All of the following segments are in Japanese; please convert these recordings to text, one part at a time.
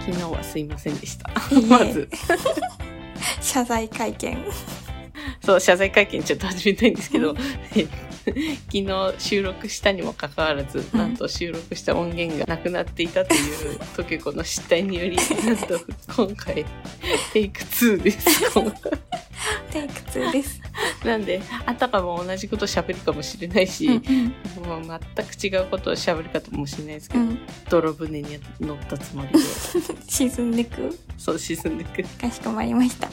昨日はすいませんでしたいいえまず謝罪会 見そう謝罪会見ちょっと始めたいんですけど 昨日収録したにもかかわらず、うんなんと収録した音源がなくなっていたというトケコの失態によ りなんと今回テイク2です テイク2です、なんであたかも同じこと喋るかもしれないし、 うんもう全く違うことを喋るかもしれないですけうど、んうん、泥船に乗ったつも りで沈んでくそう沈んでくかしこまりました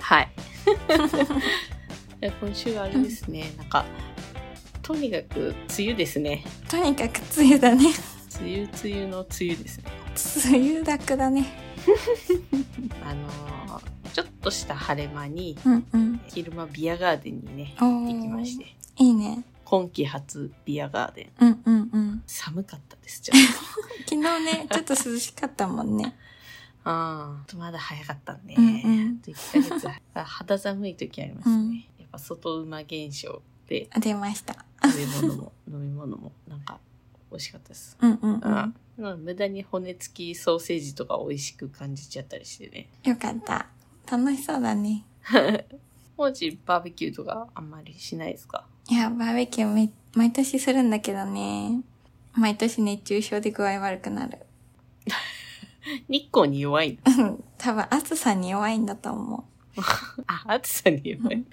はい。 いや今週はあれですね、なんか、とにかく梅雨ですね。とにかく梅雨だね梅雨、梅雨の梅雨ですね。梅雨だくだねあのーちょっとした晴れ間に、うんうん昼間ビアガーデンにね、お行ーってきまして、いいね今季初ビアガーデン。うんうんうん寒かったです、ちょっと。昨日 ねちょっと涼しかったもんね あーまだ早かったね。うんうんあと1ヶ月。あ肌寒い時ありますね。うんやっぱ外馬現象で、出ました食べ物 も飲み物も、なんか、美味しかったです。うんうんううんん、無駄に骨付きソーセージとか美味しく感じちゃったりしてね。よかった楽しそうだねもうちバーベキューとかあんまりしないですかいやバーベキューめ毎年するんだけどね毎年熱中症で具合悪くなる 日光に弱いのうん多分暑さに弱いんだと思あ、 暑さに弱い。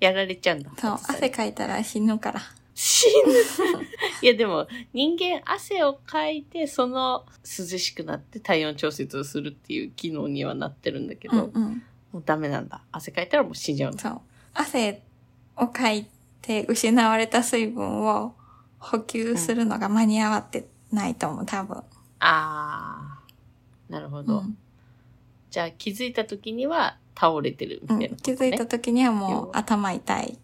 やられちゃうんだ。うそう暑さに汗かいたら死ぬから死ぬ。 いやでも人間汗をかいてその涼しくなって体温調節をするっていう機能にはなってるんだけうど、んうんもうダメなんだ。汗かいたらもう死んじゃうんだ。そう。汗をかいて失われた水分を補給するのが間に合わってないと思う、多分。あー。なるほど。うんじゃあ気づいた時には倒れてるみたういんなこと、ね気づいた時にはもう要は頭痛い。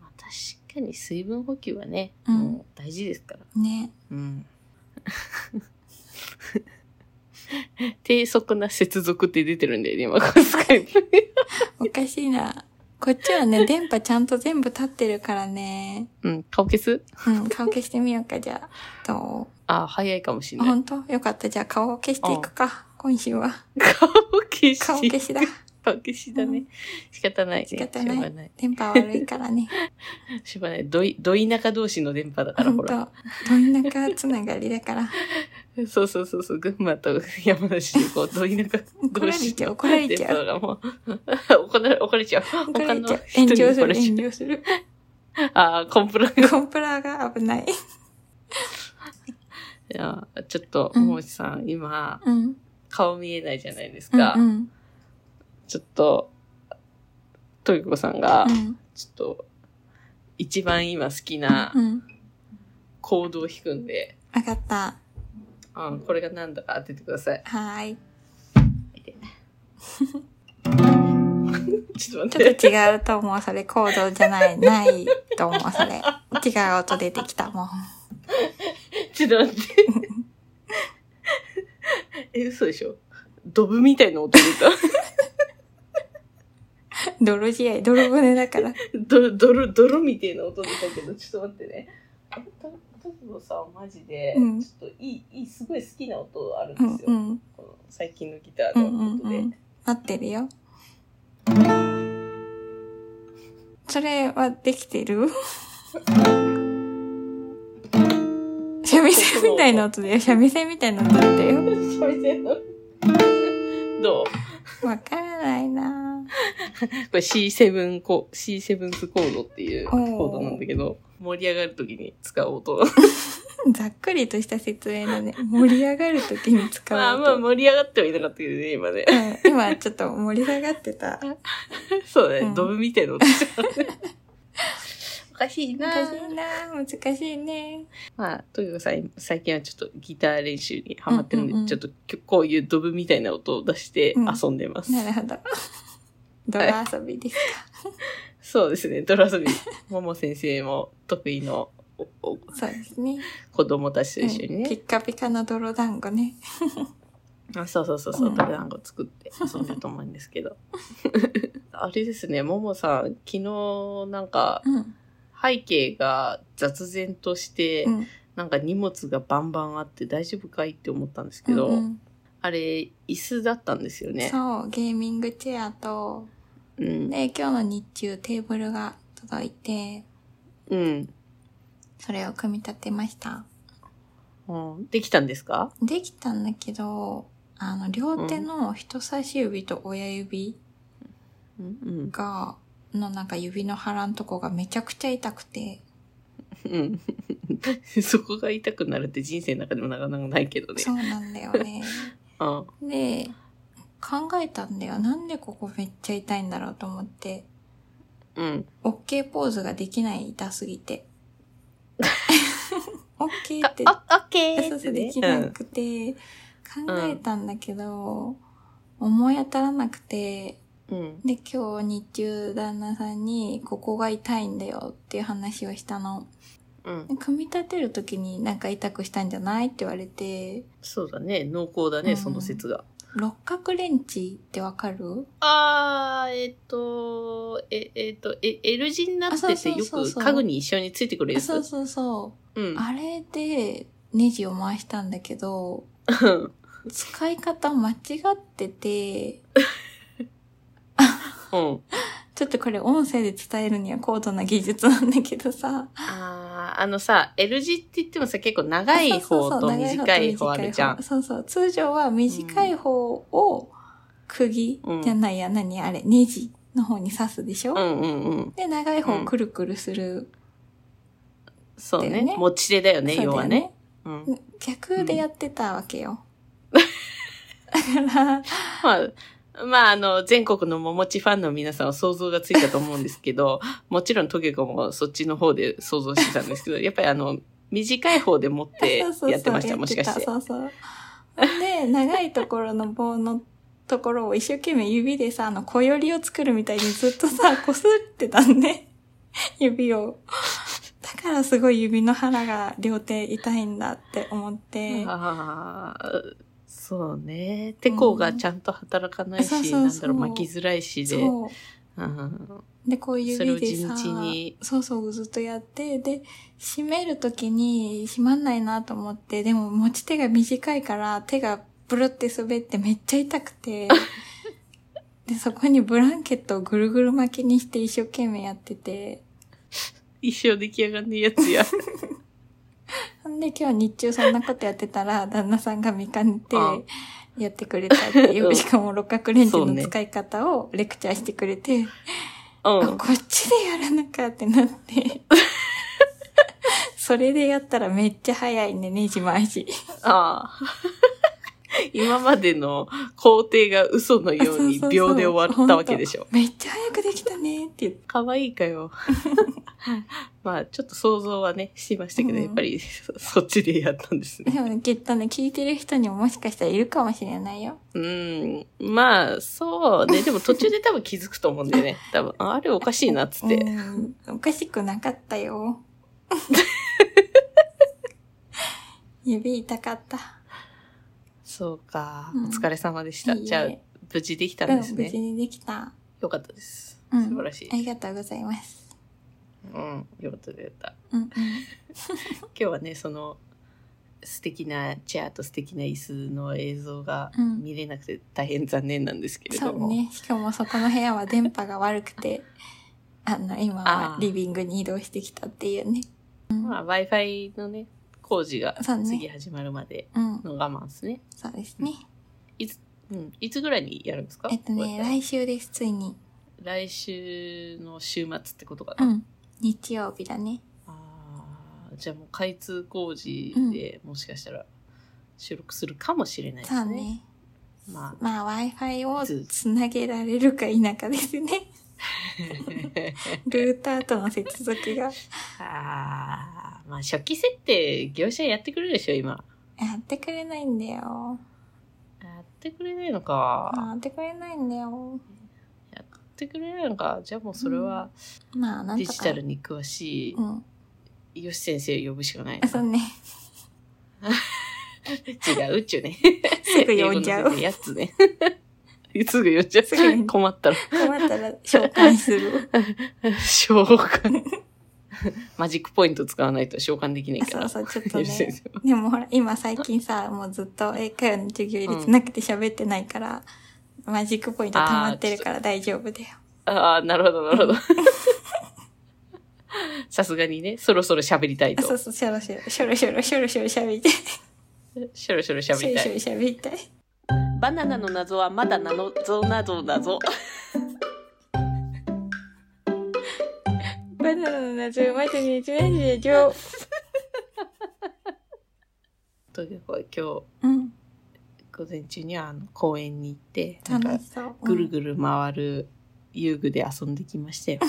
まあ確かに水分補給はね、うんもう大事ですから。ね。うん。 低速な接続って出てるんだよね、今、スカイ プ。おかしいな。こっちはね、電波ちゃんと全部立ってるからね。うん、顔消すうん、顔消してみようか、じゃあ。どあ、早いかもしうれない。本当よかった。じゃあ顔を消していくか。今 週は。顔消し。顔消しだ。顔消しだね。う仕方ないね。仕方なしいょうがない。電波悪いから ね。しょうがない。どい、ど田舎同士の電波だから、本ほ当ら。どんなかつながり だから。そうそうそうそう、群馬と山梨でこう、ど田舎同怒られ士ちゃう、の怒られ電ちゃ波う。がもう、怒られ、怒られちゃう。怒他られちゃのう。人炎に上す怒る、られちゃ炎う。上する。あーコンプラがコンプラが危ない。いや、ちょっと、うんもちさん、今、うん。顔見えないじゃないですうんか。うん。ちょっと、とゆこさんがう、ん。ちょっと、一番今好きなうん。コードを弾くんで、わかった。あこれが何だか当ててください。はーい。ちょっと待ちょっって。と違うと思う。それ、コードじゃない、ないと思う。それ。違う音出てきたもん。ちょっと待って。 え、嘘でしょドブみたいな音出た。 泥試合、泥船だから。ど、泥、泥みたいな音出たけど、ちょっと待ってね。あと、とくぼさんはマジで、うんちょっといい、いい、すごい好きな音あるんうですんよ。うん。この最近のギターうんの音うんで、うん。合ってるよ。それはできて る三味線みたいな音だよ。三味線みたいな音だよ。 三味線のどうこわからないなぁれ C7 コ C7 スコードっていうコードなんだけど盛り上がるときに使う音 ざっくりとした説明だね。盛り上がるときに使う 音。まあまあ盛り上がってはいなかったけどね今ねうん今ちょっと盛り下がって た。そうだね、うんドブみたいな音しちゃうねおかしいな難しいなぁ難し いね。まあとにかくさ最近はちょっとギター練習にハマってるんで、うんうんうんちょっときょこういうドブみたいな音を出して遊んでます、なるほ ど。ドラ遊びですか。そうですね泥遊び もも先生も得意のおおそうですね。子供たちと一緒にね、うんピッカピカの泥団子ね。あそうそうそうそうう、ん泥団子作って遊んでると思うんですけど。 あれですね、ももさん、昨日なんかうん。背景が雑然として、うん。なんか荷物がバンバンあって大丈夫かいって思ったんですけど、うんあれ、椅子だったんですよね。そう、ゲーミングチェアと、うん。で、今日の日中テーブルが届いて、うん。それを組み立てました。うんできたんですかできたんだけど、あの、両手の人差し指と親指うん。が、のなんか指の腹のとこがめちゃくちゃ痛くて、うん。 そこが痛くなるって人生の中でもなかなかないけどね。そうなんだよね。うん。で、考えたんだよ。なんでここめっちゃ痛いんだろうと思って、うん。 OK ポーズができない痛すぎて。OK ってあ、オッケーそうそうってねできなくて、考えたんだけど、思い当たらなくて、うん。で、今日日中旦那さんに、ここが痛いんだよっていう話をしたの。うん。で組み立てるときになんか痛くしたんじゃないって言われて、そうだね。濃厚だね、うんその説が。六角レンチってわかるあー、えっと、え、えっと、え、L 字になってあそてうそうよそうくそう家具に一緒についてくるやつ。そうそうそうう。ん。あれでネジを回したんだけど、 うん使い方間違ってて、うん。ちょっとこれ音声で伝えるには高度な技術なんだけどさ。あー、あのさ、L 字って言ってもさ、結構長い方と短い方あるじゃん。そうそう、通常は短い方を釘じゃないや、何あれ、ネジの方に刺すでしょ、うんうんうん。で、長い方をくるくるする。そうだよねね。持ち手だよね、そうだよ要はね。。うん。逆でやってたわけよ。だから、まあ、まあ、あの、全国の桃地ファンの皆さんは想像がついたと思うんですけど、 もちろんトゲコもそっちの方で想像してたんです けど、やっぱりあの、短い方で持ってそうそうそうやってました、もしかして。そうそう。で、長いところの棒のところを一生懸命指でさ、あの、小よりを作るみたいにずっとさ、こすってたんね。 指を。だからすごい指の腹が両手痛いんだって思って。ああ、そうね。てこがちゃんと働かないし、うんそうそうそうなんだろう、巻きづらいしで。うそん、う。で、こう指でそさ、れを地道にそうそう、ずっとやって、で、締めるときに締まんないなと思って、でも持ち手が短いから手がブルって滑ってめっちゃ痛 くて、で、そこにブランケットをぐるぐる巻きにして一生懸命やってて、一生出来上がんねえやつや。ほんで今日日中そんなことやってたら、旦那さんが見かねてうん、やってくれたっていうう、んしかも六角レンチそうのね使い方をレクチャーしてくれて、うあん。こっちでやるのかってな って。それでやったらめっちゃ早いね、ネジ回し。あ あ。今までの工程が嘘のように秒で終わったわけでしょ。めっちゃ早くできたねって言って。可愛いかよ。 まあ、ちょっと想像はね、しましたけど、うんやっぱりそそっちでやったんですね。でもねきっとね、聞いてる人にももしかしたらいるかもしれないよ。うん。まあ、そうね。でも途中で多分気づくと思うんだよ ね。多分、ああれおかしいなっつって。うんおかしくなかった よ。指痛かった。そうか。うんお疲れ様でした。いいえじゃあ、無事できたうんんです無事ね。にできた。よかったです。う素ん晴らしいあ。りがとうございます。うん。よかった、よかった。うんうん。今日はね、その、素敵なチェアと素敵な椅子の映像がうん見れなくて大変残念なんですけれそども。うね。しかもそこの部屋は電波が悪くて、 あの、今はリビングに移動してきたっていうね。まあ、Wi-Fi のね、工事がそうね次始まるまでうん。の我慢ですね。そうですね。うん。いつぐらいにやるんですかえっとこれね、来週です、ついに。来週の週末ってことかうな。ん。日曜日だね。あーじゃあもう開通工事でもしかしたら収録するかもしれないでそうすね。ね。まあ。 まあ、Wi-Fi をつなげられるか否 かですね。ルーターとの接続が。 あーまあ初期設定業者やってくれるでしょ、今。やってくれないんだよ。やってくれないのか。やってくれないんだよ。やってくれないのか。じゃあもうそれはまあ、なんデとか。ジタルに詳しうん。い、よし先生を呼ぶしかないな。あそう ね。違う、宇宙ね。すぐ呼んじゃう。やつね。 すぐ呼んじゃすぐ呼んじゃう。う困ったら。困ったら紹介する。召喚。マジックポイント使わないと召喚でき ないかそら。うそう、ちょっと先ね。生でもほら、今最近さ、もうずっと英会話の授業入れてなくて喋ってないから、マジックポイント溜まってるから大丈夫だよ。ああ、なるほど、なるほど。 さすがにね、そろそろ喋りたいあ、そとう。そう、しょろしょろ、しょろしょろ、しょろしょろ喋りたい。しょろしょろしょ喋りろたしょろい。喋りたい。バナナの謎はまだ謎など謎。バナナの謎をまずに一年で上。ということで、今日、うん、午前中にはあの公園に行って、なんか楽しそう。ぐるぐる回る遊具で遊んできましたよ。うん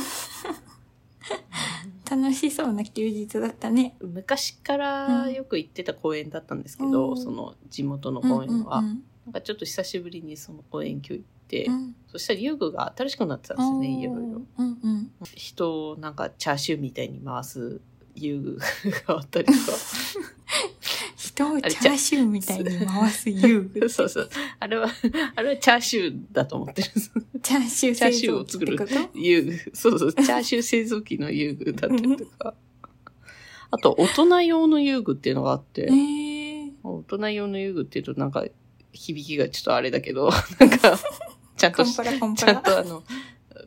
楽しそうな休日だったね。昔からよく行ってた公園だったんですけど、うんその地元の公園は、うんうんなんかちょっと久しぶりにその公園今日行って、うんそしたら遊具が新しくなってたんですよね、いろいろ。。うんうん。人をなんかチャーシューみたいに回す遊具があったり とか。人をチャーシューみたいに回す遊具。そうそう。 あれは、あれはチャーシューだと思ってる。チャーシュー製造機ってこと遊具。そうそう。チャーシュー製造機の遊具だったりとか。あと、大人用の遊具っていうのがあって、えー、大人用の遊具っていうとなんか、響きがちょっとあれだけど、なんか、ちゃんコとンしプラコンプちゃラん。とあの、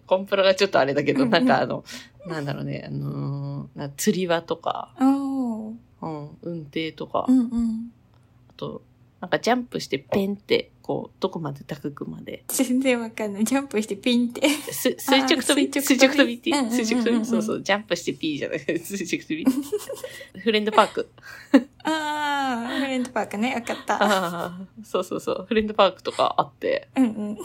コンプラがちょっとあれだけど、うんなんかあの、なんだろうね、あのーな釣り輪とか、おーうん、運転とか、うあんうん。と、なんかジャンプしてペンって、こう、どこまで高くまで、全然わかんない。ジャンプしてピンって。 す垂直跳び、あー垂直跳びって、垂直跳び垂直うんう跳んうんうんび、そうそう、ジャンプして P じゃない、 垂直跳び。 フレンドパーク。あー、フレンドパークね。わかった。ああ、そうそうそう、フレンドパークとかあって、うんうん。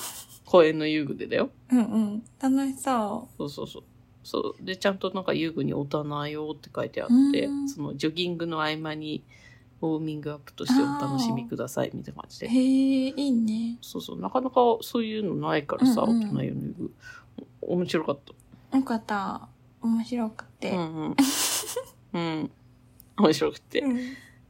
公園の遊具でだよ。うんうん。楽しそそうそうそう。そう。で、ちゃんとなんか遊具に大人用って書いてあってうん、そのジョギングの合間にウォーミングアップとしてお楽しみくださいみたいな感じう。でへ。え、いいね。そうそう。なかなかそういうのないからさ、うんうん大人用の遊具。お面白かった。よかった。面白くて。うんうん。うん。面白くて。うん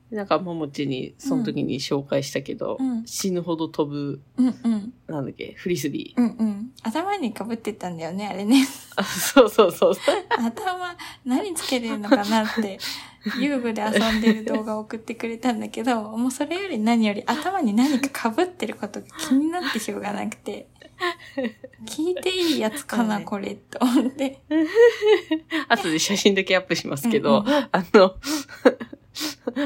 なんか、ももちに、その時に紹介したけど、うん死ぬほど飛ぶ、うんうん。なんだっけ、フリスビー。うんうん。頭にかぶってたんだよね、あれね。あそうそう そうそう。頭、何つけてるのかなって、遊具で遊んでる動画を送ってくれたんだけど、もうそれより何より頭に何か被ってることが気になってしょうがなくて、聞いていいやつかな、はいこれ、と思って。後で写真だけアップしますけど、うんあの、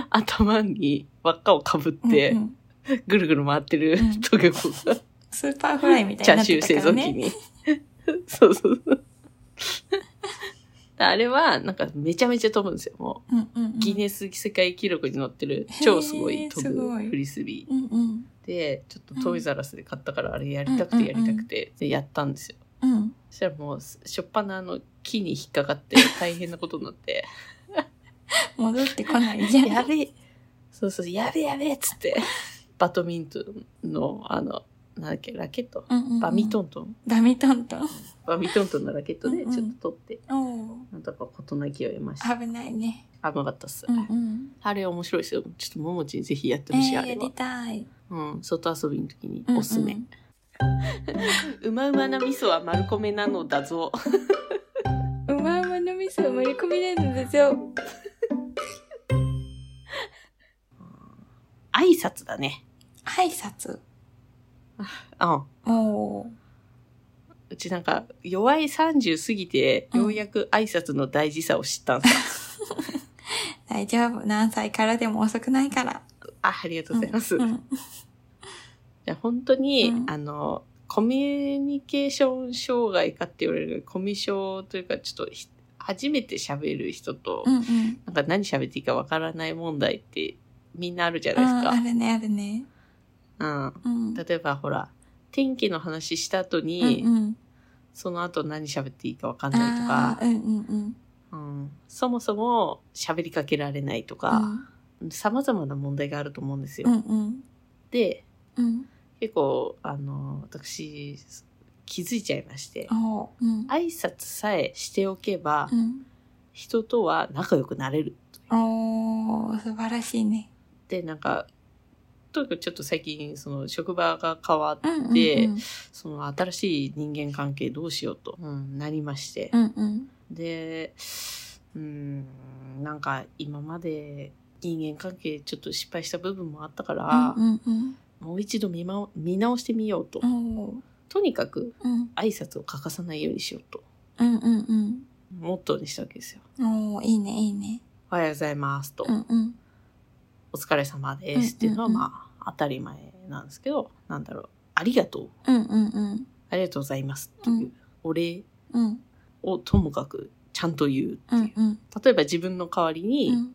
頭に輪っかをかぶってうんう、んぐるぐる回ってるうんトゲ子が、スーパーフライみたいチャーになっシューて製たか造ら機ね。に。 そうそうそう。あれは、なんかめちゃめちゃ飛ぶんですよ。もうんうんうんう、ギネス世界記録に載ってる、超すごへいー飛すごぶいフリスビー。うんうん。でちょっとトイザらスで買ったからあれやりたくてやりたくて、でやったんですようん。そしたらもうしょっぱなあの木に引っかかって大変なことになって 戻ってこないじゃん。やべえそうそうやべえやべえっつってバドミントンのあのなんだっけラケットうんうんうんバミトントンバミトントン。バミトントンのラケットでうんうんちょっと取って、おうなんとか事の勢いを得ました危ないね。危なかったっす、うんうん。あれ面白いですよちょっとももちにぜひやってえほしい、あー、れやはり、たい。うん、外遊びの時にうんうんおすすめ、うまうまな味噌は丸米なのだぞうまうまの味噌を盛り込みないのですよ。挨拶だね。挨拶。うん。おーうちなんか、弱い30過ぎて、うんようやく挨拶の大事さを知ったんさ。 大丈夫。何歳からでも遅くないから。あ、ありがとうございます。うんじゃあ本当に、うんあの、コミュニケーション障害かって言われる、コミュ障というか、ちょっとひ、初めて喋る人と、うんうん。なんか何喋っていいかわからない問題って、みんなあるじゃなあーあいでるね、あるね。すか。うん。うん。例えば、ほら、天気の話した後うんに、うんその後何喋っていいかわかんないとあかー、うんうんうん。うん、そもそも喋りかけられないとか、様々な問題があると思うんですよ。うんうんで、うん。結構、あの、私、気づいちゃいまして、おーうん。挨拶さえしておけば、うん。人とは仲良くなれる。おー、素晴らしいね。で、なんか、とにかくちょっと最近、その職場が変わっうんうんうん。て、その新しい人間関係どうしようと、うんなりましてう。んうん。で、うーん、なんか今まで人間関係ちょっと失敗した部分もあったから、うんうんもう一度見,、ま、見直してみようと。うん。おーとにかくうん挨拶を欠かさないようにしようと、うんうんモットーにしたわけですよ。うん。おーいいね、いいね。おはようございますと、うんうん。お疲れ様ですっていうのはうんうんうんまあ当たり前なんですけど、なんだろう、ありがとう、うんうんうん。ありがとうございますっていう、うんお礼うんをともかくちゃんと言うってういう。んうん。例えば自分の代わりうにん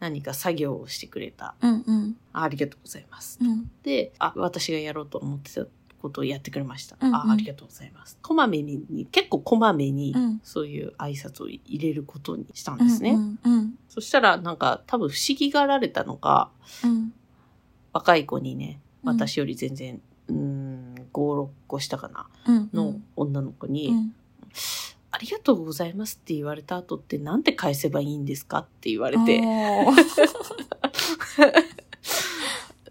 何か作業をしてくれた、うんうんあありがとうございますう。んで、あ、私がやろうと思ってたことをやってくれました。うんうんあ、ありがとうございます。こまめに、結構こまめにうん、そういう挨拶を入れることにしたんうん。ですね。うんうんそしたら、なんか、多分不思議がられたのか、うん。若い子にね、うん私より全然、うーん、5、6個下かな、うんうのん。女の子に、うんありがとうございますって言われた後って、なんて返せばいいんですかって言われて、おー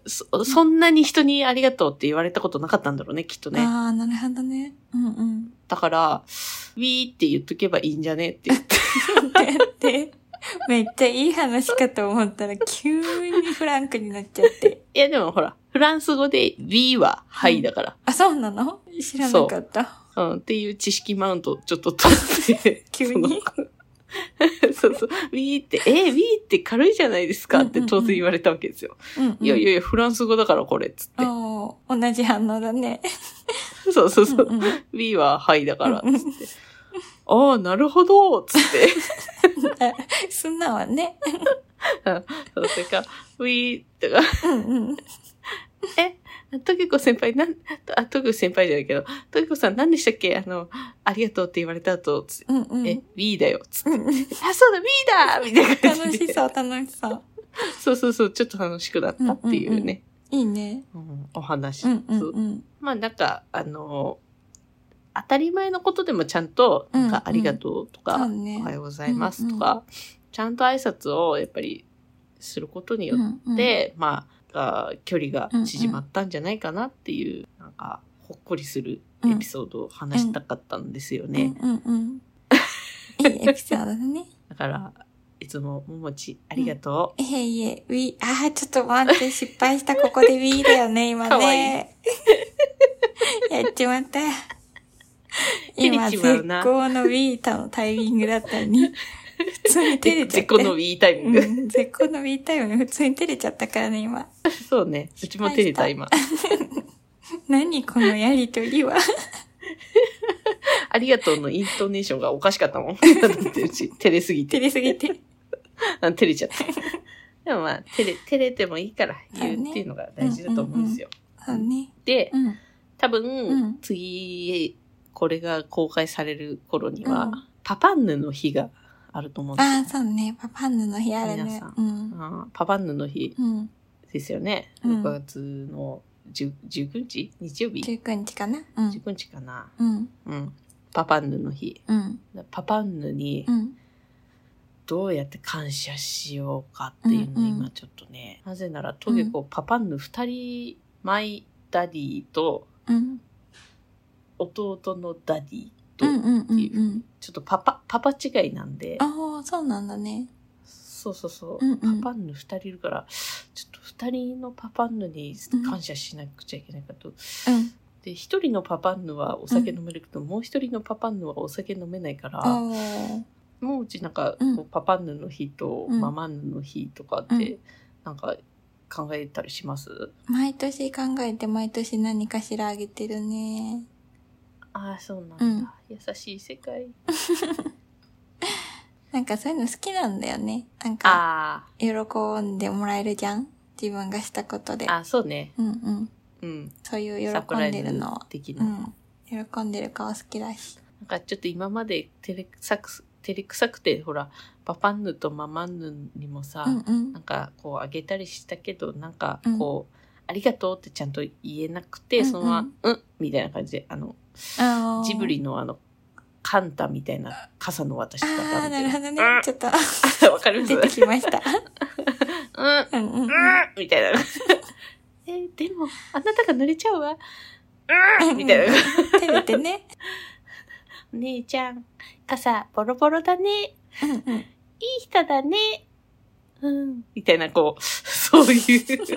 そそんなに人にありがとうって言われたことなかったんだろうね、きっとね。ああ、なるほどね。うんうん。だから、ウィーって言っとけばいいんじゃねって言 って。だって、めっちゃいい話かと思ったら、急にフランクになっちゃって。いやでもほら、フランス語でウィーははいだから、あ、そうなの知らなかった。うん、っていう知識マウントをちょっと取って。急に そのそうそう。ウィーって、えウィーって軽いじゃないですかって当然言われたわけですよ。うんうんいやいやいや、フランス語だからこれっつって。おー同じ反応だね。そうそううそう。んうんウィーははいだからっうんうつって。ああ、なるほどっつって。素直ね。そうそれから、ウィーとか、 うんうん。トゲコ先輩、なん、あ、トゲコ先輩じゃないけど、トゲコさん何でしたっけあの、ありがとうって言われた後、つってうんうん。え、ウィーだよ、つって。うんうんあ、そうだ、ウ ィーだみたいな感じ楽で。しそう、楽しそう。そうそうそう、ちょっと楽しくなったっていうね、いいね。うんお話、うんうんそううん。まあなんか、あの、当たり前のことでもちゃんと、なんうんかうんありがとうとか、そうねおはようございますとか、うんちゃんと挨拶をやっぱりすることにようんうっん、て、まあ、あ距離が縮まったんじゃないかなっていう、なんか、ほっこりするエピソードを話したかったんですよね。うんうんうん。いいエピソードだね。だから、いつも、ももち、ありがといえいえ、ウィああ、ちょっと待って、失敗した、ここでウィだよ ね、今かわね。やっちまった。照今、れちま絶うな好のウィータのタイミングだったのに、普通にう。照れちゃっ絶た。好の言いタイミング。うん、絶好のウィータイムに普通に照れちゃったからね、今。 そうね。うちも照れた、失 今。何このやりとりは。ありがとうのイントネーションがおかしか ったもん。 だってうち、照れすぎて。照れすぎて。 あ照れちゃった。でもまあ、照れ、照れてもいいから言うっていうのが大事だと思うんですよ。そうね。で、うん。多分、うん次、これが公開される頃には、うんパパンヌの日があると思うんですよああ、そうね。パパンヌの日ある皆ねさん。うん。あーパパンヌの日うん。ですよね。う6ん月の10 19日日曜日19日かな。うん ?19 日かな。うん。うん。パパンヌの日。うん。パパンヌに、うん。どうやって感謝しようかっていうのをうんうん今ちょっとね、なぜならトゲコ、パパンヌ二人マイダディとうん。弟のダディと、うんうんうんうん。ちょっとパパパパ違いなんでああ、そうなんだね。そうそうそう、うんうんパパンヌ二人いるからちょっと二人のパパンヌに感謝しなくちゃいけないかと、うん。で一人のパパンヌはお酒飲めるけど、もう一人のパパンヌはお酒飲めないから、おーもううちなんか、うんこうパパンヌの日とうんママンヌの日とかうっんて、なんか考えたりします、毎年考えて毎年何かしらあげてるね。ああ、そうなんだ。うん優しい世界。なんかそういうの好きなんだよね。なんあか、喜んでもらえるじゃん自分がしたことであ、。あそうね。うんうん。うん。そういサうプ喜ラんイズでるのは。的な。う。なん喜んでる顔好きだし。んかちょっと今まで照れくさく、照れくさくて、ほら、パパンヌとママンヌにもさ、うんうんな。んかこうあげたりしたけど、なんかうんこう、ありがとうってちゃんと言えなくて、うんうんそのまま、うん、みたいな感じで、あの、あージブリのあの、カンタみたいな傘の渡しあ方みたあ、いな。なるほどねうん。ちょっ と、わかります出てきました。うん、うんうんうん。みたい な。えーでも、あなたが濡れちゃうわ。うん みたいな。照れてね。お姉ちゃん、傘ボロボロだね。うん うん。いい人だね。うん。みたいな、こう、 そう いうジブリ、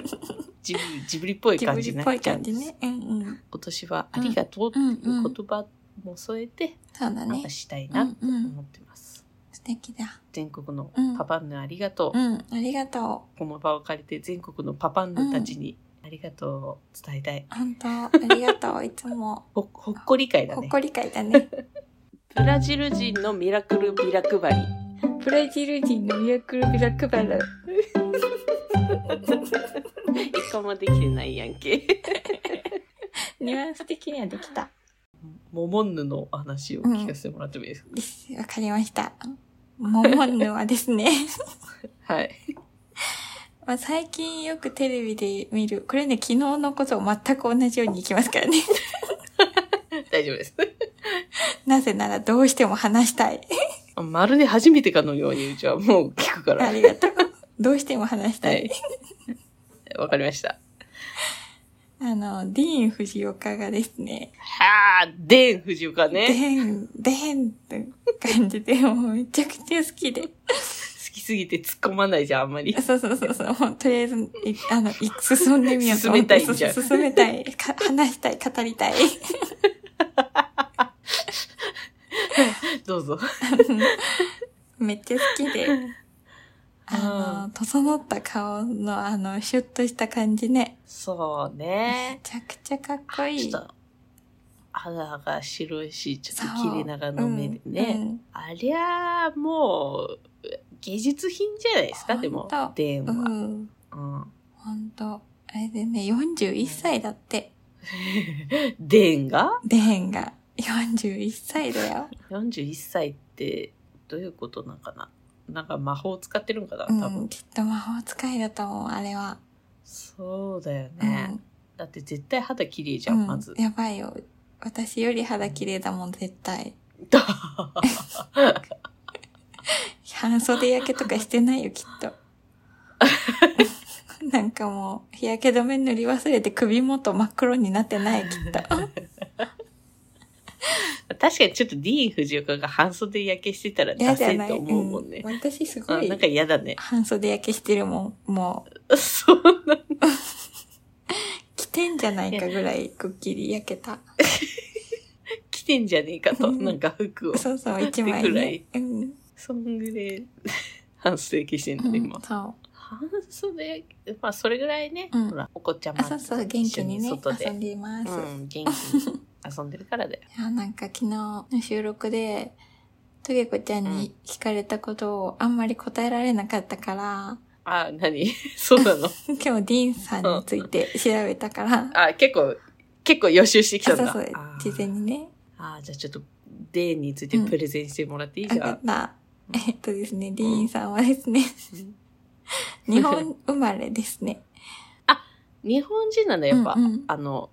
ジブリっぽいジ感ブじリにっなぽっいちゃう感んじです。ね。うんうん。今年はありがとうっていう言葉も添えて、そうなだねんか。したいうなとんうん。思ってます。素敵だ。全国のうんパパンヌありがとう。うん。ありがとこの場を借りて全国のパパンヌたちにありがとうを伝えたい。う。本当ありがとう。いつ も。ほほっこり会だほっね。こり会だね。ブラジル人のミラクルビラ配り。 ブラジル人のミラクルビラクバラ。一個もできてないやんけ。ニュアンス的にはできた。モモンヌのお話を聞かせてもらってもいいですか、です。わかりました。モモンヌはですね、 はい。まあ最近よくテレビで見る、これね、昨日のことを全く同じようにいきますからね。 大丈夫です。 なぜならどうしても話したい。まるで初めてかのように、うちはもう聞くから。あはりがとう。どうしても話したいい。。わかりました。あの、ディーン・フジオカがですね、はあ、デン藤岡デね。ーン、デーンって感じで、もうめちゃくちゃ好きで。好きすぎて突っ込まないじゃん、あんまり。そうそうそうそう、もうとりあえず、いあの、い進んでみようと進めたいんじゃんそう進めたい。か話したい、語りたい。どうぞ。めっちゃ好きで。あの、整った顔のあの、シュッとした感じね。そうめね。ちゃくちゃかっこいい。ちょっと、肌が白いし、ちょっそとう切れ長の目でね。うんうんありゃあ、もう、芸術品じゃないですか、でもほんと。デンうは。ん。うん。 ほんと。あれでね、41歳だって。デンがデヘンが。41歳だよ。 41歳ってどういうことなんかななんか魔法を使ってるんかなう多分、ん。きっと魔法使いだと思う、あれは。そうだようん。ね、だって絶対肌綺麗じゃん、うんまず やばいよ。私より肌綺麗だもん、絶対。半袖焼けとかしてないよ、きっ と。なんかもう、日焼け止め塗り忘れて首元真っ黒になってない、きっと。 確かにちょっとディーン・フジオカが半袖焼けしてたら嫌ダじセゃいないと思うもんね、うん私すあごいなんか嫌だ ね半袖焼けしてるもん。もう、そうなん着てんじゃないかぐらいくっきり焼けた。着てんじゃねえかと、うんなんか服をそうそう、一枚ぐらいね。うん。そんぐらい半袖焼けしてんうの、ん今、そ半袖まあそれぐらいね、うんほらお子ちゃう。あ、まそうそう、と元一緒気にね、外で遊んでいます。うん、元気に遊んでるからだよ。いや、なんか昨日の収録で、とげこちゃんに聞かれたことをあんまり答えられなかったから、 あ、何 そうなの今日ディーンさんについて調べたから、ああ、結構、結構予習してきそたうんだ。そうあ、ー事前にね。あー、じゃあちょっと、デーについてプレゼンしてもらっていいじわゃんかっ。たう。んえっとですね、ディーンさんはで すね、うん日本生まれですね。 日本人なんだ、やっぱ。うんうんあの、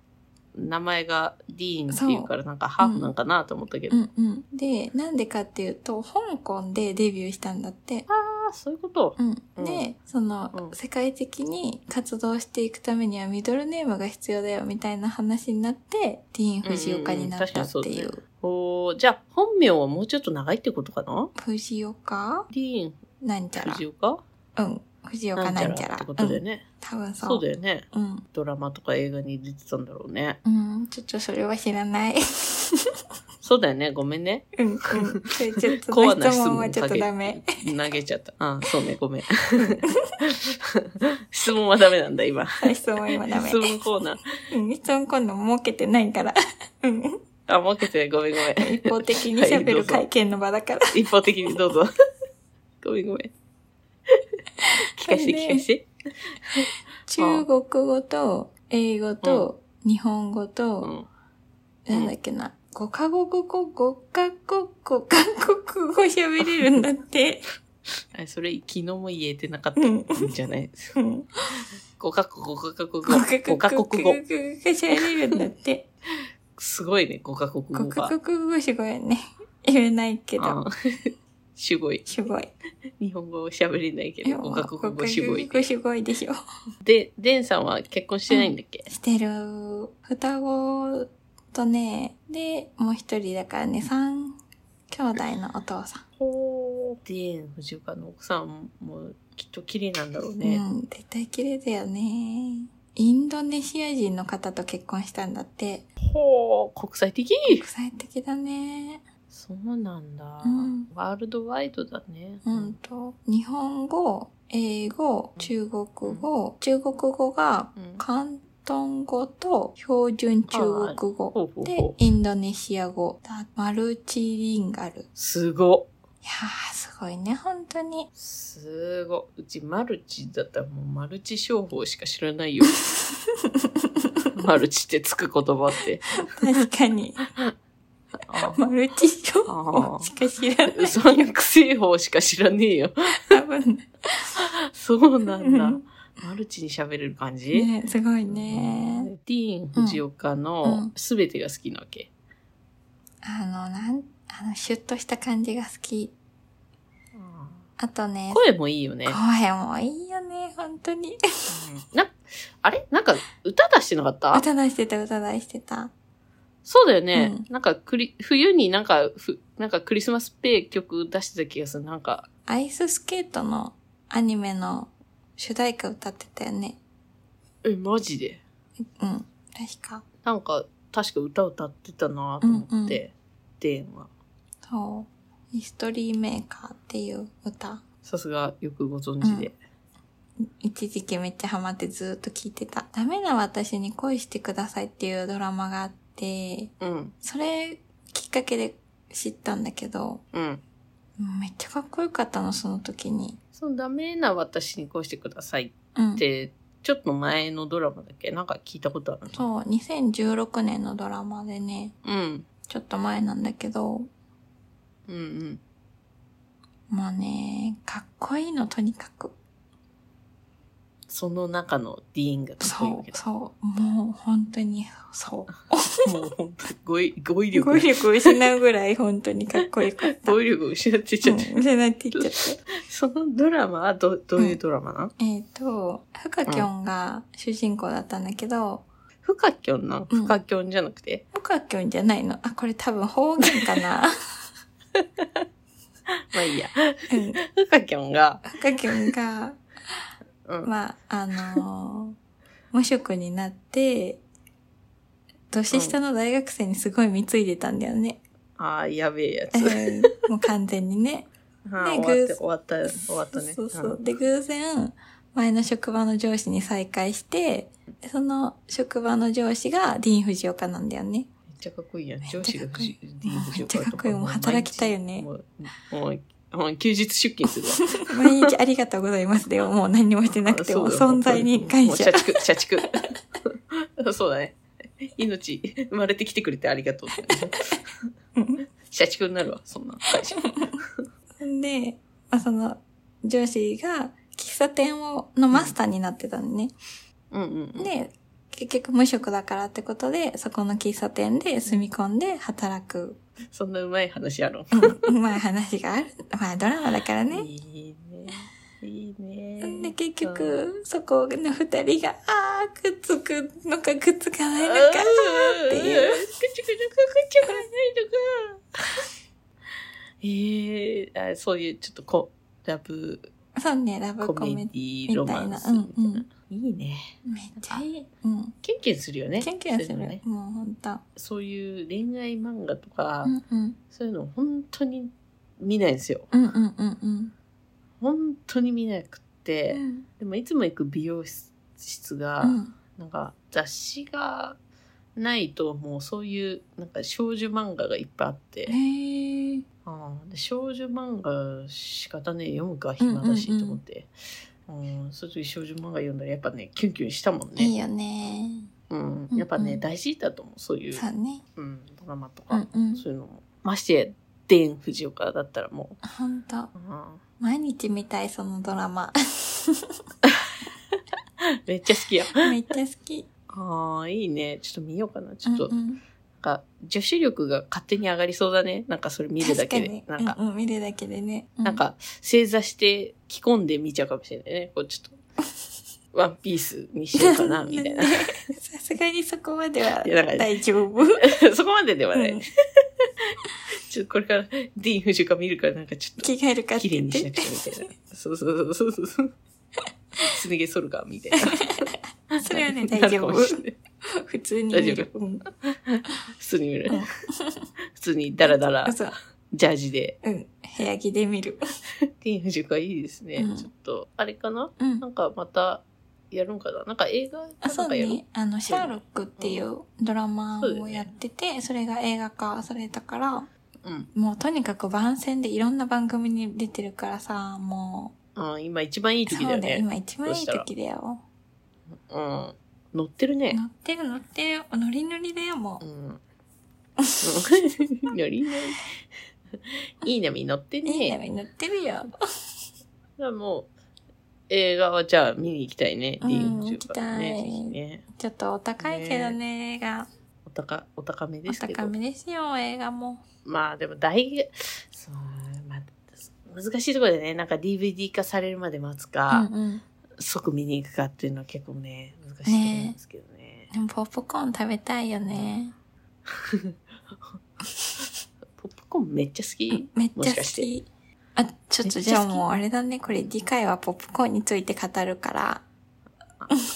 名前がディーンっていうから、なんかハーフなんかなと思ったけど。うんうん。で、なんでかっていうと、香港でデビューしたんだって。ああ、そういうこと。うん、で、うんその、うん世界的に活動していくためにはミドルネームが必要だよみたいな話になって、ディーン・フジオカになったってうんうんうん確かにい。そうおーじゃあ、本名はもうちょっと長いってことかなフジオカディーン、なんちゃ藤岡ら。うん。フジオカなんちゃら。ってことだようん、ね。多分そう。そうだよね。うん。ドラマとか映画に出てたんだろうね。うん、ちょっとそれは知らない。 そうだよね。ごめんね。うん、うん。それち ょっと、コアな質質問問はをちょっとダメ。投げちゃった。あそうね、ごめん。質問はダメなんだ、今。はい質問今ダメ質。問コーナー。うん、質問今度設けてないから。うん。あ、儲けてない、ごめんごめん。一方的に喋る会見の場だから。一方的にどうぞ。ごめんごめん。聞かして、これ聞ねかして。中国語と英語と日本語うと、ん。なんだっけな、5カ国語、5カ国語、5カ国語喋れるんだって。あそれ、昨日も言えてなかっうん。たんじゃない5 ?5 カ国語、5カ国語。カ5カ国国語語が。喋れるんだって。すごいね、5カ国語5カが。国語すごいね。言えないけ ど。あすごい。すごい。日本語喋れないけど、5カ国語すごい5カ。国語すごいでしょ。で、デンさんは結婚してないんだっけしてる。双子とね、で、もう一人だからね、三兄弟のお父さん。で、藤岡の奥さんもきっと綺麗なんだろううね。ん、絶対綺麗だよね。インドネシア人の方と結婚したんだって。ほう、国際的国際的だね。そうなんだ、うんワールドワイドだね。うん。と、日本語、英語、中国語、中国語がうん広東語と標準中国ほう語ほうでほうインドネシア語だマルチリンガルいすごっ。やーすごいね本当にすごっ。うちマルチだったらもうマルチ商法しか知ら ないよ。マルチってつく言葉って。確 かにあマルチ商法しか知らないあ三薬製法しか知らねえよ。多分そうなんうだん。マルチに喋れる感じ、ねすごいねディーン・藤岡の全てが好きなわけ。あのなんあのシュッとした感じが好きあとね声もいいよね。声もいいよね本当にうんな、あれなんか歌出してなかった歌出してた歌出してたそうだよね。うなんかクリ、冬になんか、ふなんかクリスマスっぺい曲出してた気がする。なんか、アイススケートのアニメの主題歌歌ってたよね。え、マジでうん。確か。なんか、確か歌歌ってたなと思って、ディーンは。そう。ヒストリーメーカーっていう歌。さすがよくご存知で。一時期めっちゃハマってずーっと聴いてた。ダメな私に恋してくださいっていうドラマがあって、うん、それきっかけで知ったんだけど、うん。めっちゃかっこよかったの、その時に。そのダメな私にこうしてくださいうんっ。て、ちょっと前のドラマだっけなんか聞いたことあるなそう、2016年のドラマでね、うん。ちょっと前なんだけど、うんうん。もうね、かっこいいの、とにかく。その中のディーンがかっこいいそわけう、だ。そう。もう本当に、そう。もう本当に語彙、語彙力語が彙力失うぐらい本当にかっこよかった。語彙力を失っていっちゃった。うん失っていっちゃった。そのドラマはど、どういうドラマなんえっと、ふかきょんが主人公だったんだけど、ふかきょんなんうんふかきょんじゃなくて、ふかきょんじゃないの。あ、これ多分方言か な。まあいいや。うんふかきょんが、ふかきょんが、うん。まあ、あのー 無職になって、年下の大学生にすごい貢いでたんだよね。ああ、やべえやつ。うん もう完全にね。あーね終わっぐた、終わった、終わったね。そうそう。で、偶然、前の職場の上司に再会して、その職場の上司がディーン・フジオカなんだよね。 めっちゃかっこいいやん。めっちゃ上かっこい司いが藤井もうめっちゃかっこい藤井い毎もう日働きたいよねもう、もう、もう休日出勤 するわ。毎日ありがとうございますでももう何もしてなくてもあそうだよ存在に感もう謝社。畜、社畜。 そうだね。命、生まれてきてくれてありがとうって感じ。社畜になるわ、そんな会社。うんで、まあ、その上司が喫茶店をのマスターになってたのね。うんうんうん。で、結局無職だからってことで、そこの喫茶店で住み込んで働く。そんなうまい話やろ。う まい話がある。まあドラマだからね。いいね。いいね。で、結局、そこの二人が、ああ、くっつくのかくっつかなういん、のか。ってくちゅくちゅくいうくちゅくないのか。ええあそういうちょっとこラブそうね、ラブココメメデディロマンスみたいな。みたいないいね。ィ。めっちゃいい。うん。キュンキュンするよね。キュンキュンすそういうのるね。。もうほんと。そういう恋愛漫画とか、うんうん。そういうの本当に見ないんですよ。うんうんうんうん。本当に見なくって、うんでもいつも行く美容室が、うんなんか雑誌がないともうそういうなんか少女漫画がいっぱいあって、へーあーで少女漫画仕方ねえ読むか暇だしうんうんとうん思って、うんそういう時少女漫画読んだらやっぱねキュンキュンしたもんね、いいよね。うんう、んやっぱね、うん大事だと思うそういう、そうね。うん、ドラマとうか、んうん。そういうのもましてやデーン・フジオカだったらもほんと。う、う毎日見たい、そのドラマ。ん、めっちゃ好きやめっちゃ好き。ああいいねちょっと見ようかなちょっと、うんうんなんか女子力が勝手に上がりそうだねなんかそれ見るだけで確なかんにか、うんうん見るだけでね。うなん、か正座して着込んで見ちゃうかもしれないねこうちょっとワンピースにしようかなみた いないさすがにそこまではいやなんか 大丈夫。そこまでではない、うんちょっとこれからディーン・フジカ見るからなんかちょっ着替えるかとって綺麗言っにしなてく。ちゃみたいな。そうそうそうそうそう。すね毛剃るかみたいな。 それ はね、大丈夫。普普通に見る。うん。通に見るうん。普通にダラダラあ、そう。ジャージで。うん。部屋着で見る。ディーン・フジカいいですねう。んちょっと、あれかなうんな。んかまたやるんかななんか映画あ、かなそんうかやるね。あの、シャーロックっていうドラマそうだよをねやってて、それが映画化されたから、うん。もうとにかく番宣でいろんな番組に出てるからさ、も、あー今一番いいう時だそようだよ、ね。今一番いい時だよ。うん。乗ってるね。乗ってる乗ってる、ノリノリだよ、もうう。ん。 乗り 乗り。いい波乗っていいね。ね、乗ってるよ。じゃあもう、映画はじゃあ見に行きたいね。うん DM10 からね。ぜ行きたいひね。ちょっとお高いけどね、映画。お高、お高めでおすけ高ど。めですよ、映画も。まあでも大、そう、まあ、難しいところでね、なんか DVD 化されるまで待つうんか、うん。即見に行くかっていうのは結構ね、難しいところなんですけどね。でもポップコーン食べたいよね。ポップコーンめっちゃ好き。めっもちゃし好かしてき。あ、ちょっとじゃあもうあれだね、これ次回はポップコーンについて語るから。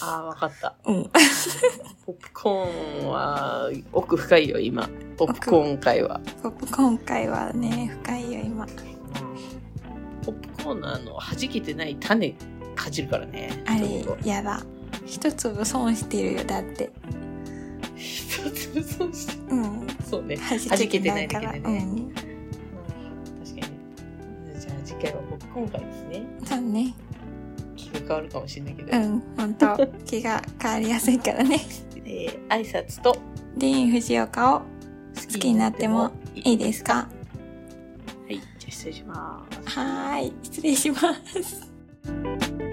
ああ、わかった。うん。ポップコーンは奥深いよ、今。ポップコーン界は。ポップコーン回はね、深いよ、今。ポップコーンのあの、弾けてない種、かじるからね。あちょっとれ、やだ。一粒損してるよ、だって。一つそうしうん。そうね。弾けてないから。弾けてないだけでうん。確かに。じゃあ次回はポップコーン界ですね。そうね。気が変わるかもしれないけど。うん。ほんと、気が変わりやすいからね。えー挨拶とディーン・藤岡を好好きになってもいいですかはい、じゃあ失礼します。はーい。失礼します。